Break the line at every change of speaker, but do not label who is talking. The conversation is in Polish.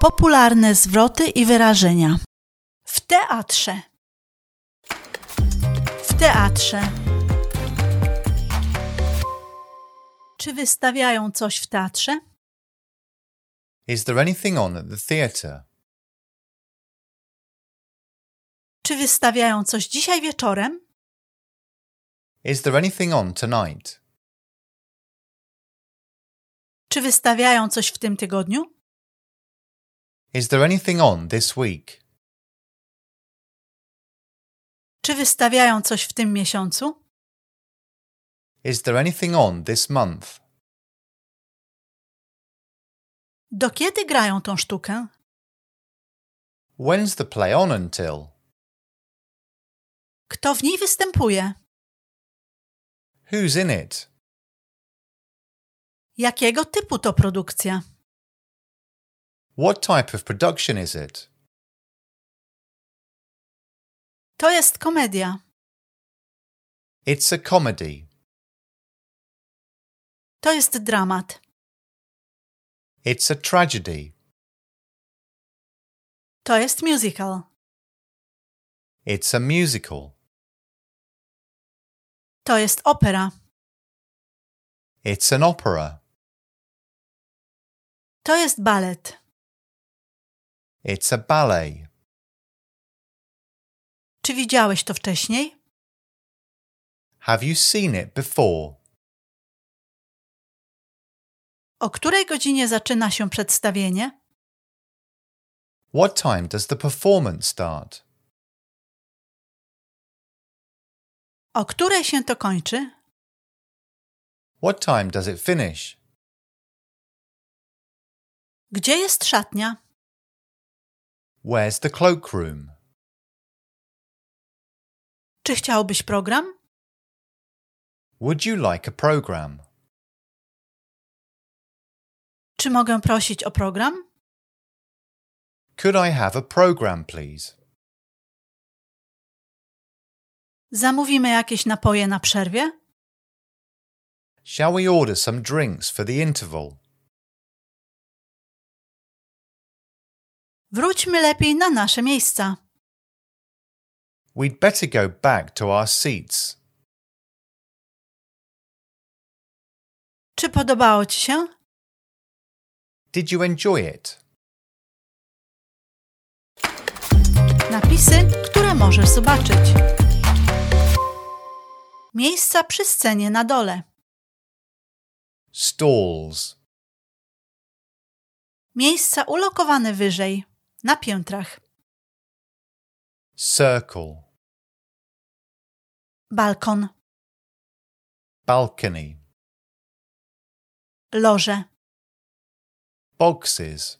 Popularne zwroty i wyrażenia. W teatrze. W teatrze. Czy wystawiają coś w teatrze?
Is there anything on at the theatre?
Czy wystawiają coś dzisiaj wieczorem?
Is there anything on tonight?
Czy wystawiają coś w tym tygodniu?
Is there anything on this week?
Czy wystawiają coś w tym miesiącu?
Is there anything on this month?
Do kiedy grają tą sztukę?
When's the play on until?
Kto w niej występuje?
Who's in it?
Jakiego typu to produkcja?
What type of production is it?
To jest komedia.
It's a comedy.
To jest dramat.
It's a tragedy.
To jest musical.
It's a musical.
To jest opera.
It's an opera.
To jest balet.
It's a ballet.
Czy widziałeś to wcześniej?
Have you seen it before?
O której godzinie zaczyna się przedstawienie?
What time does the performance start?
O której się to kończy?
What time does it finish?
Gdzie jest szatnia?
Where's the cloakroom?
Czy chciałbyś program?
Would you like a program?
Czy mogę prosić o program?
Could I have a program, please?
Zamówimy jakieś napoje na przerwie?
Shall we order some drinks for the interval?
Wróćmy lepiej na nasze miejsca.
We'd better go back to our seats.
Czy podobało ci się?
Did you enjoy it?
Napisy, które możesz zobaczyć. Miejsca przy scenie na dole.
Stalls.
Miejsca ulokowane wyżej, na piętrach.
Circle.
Balkon,
Balcony.
loże,
Boxes.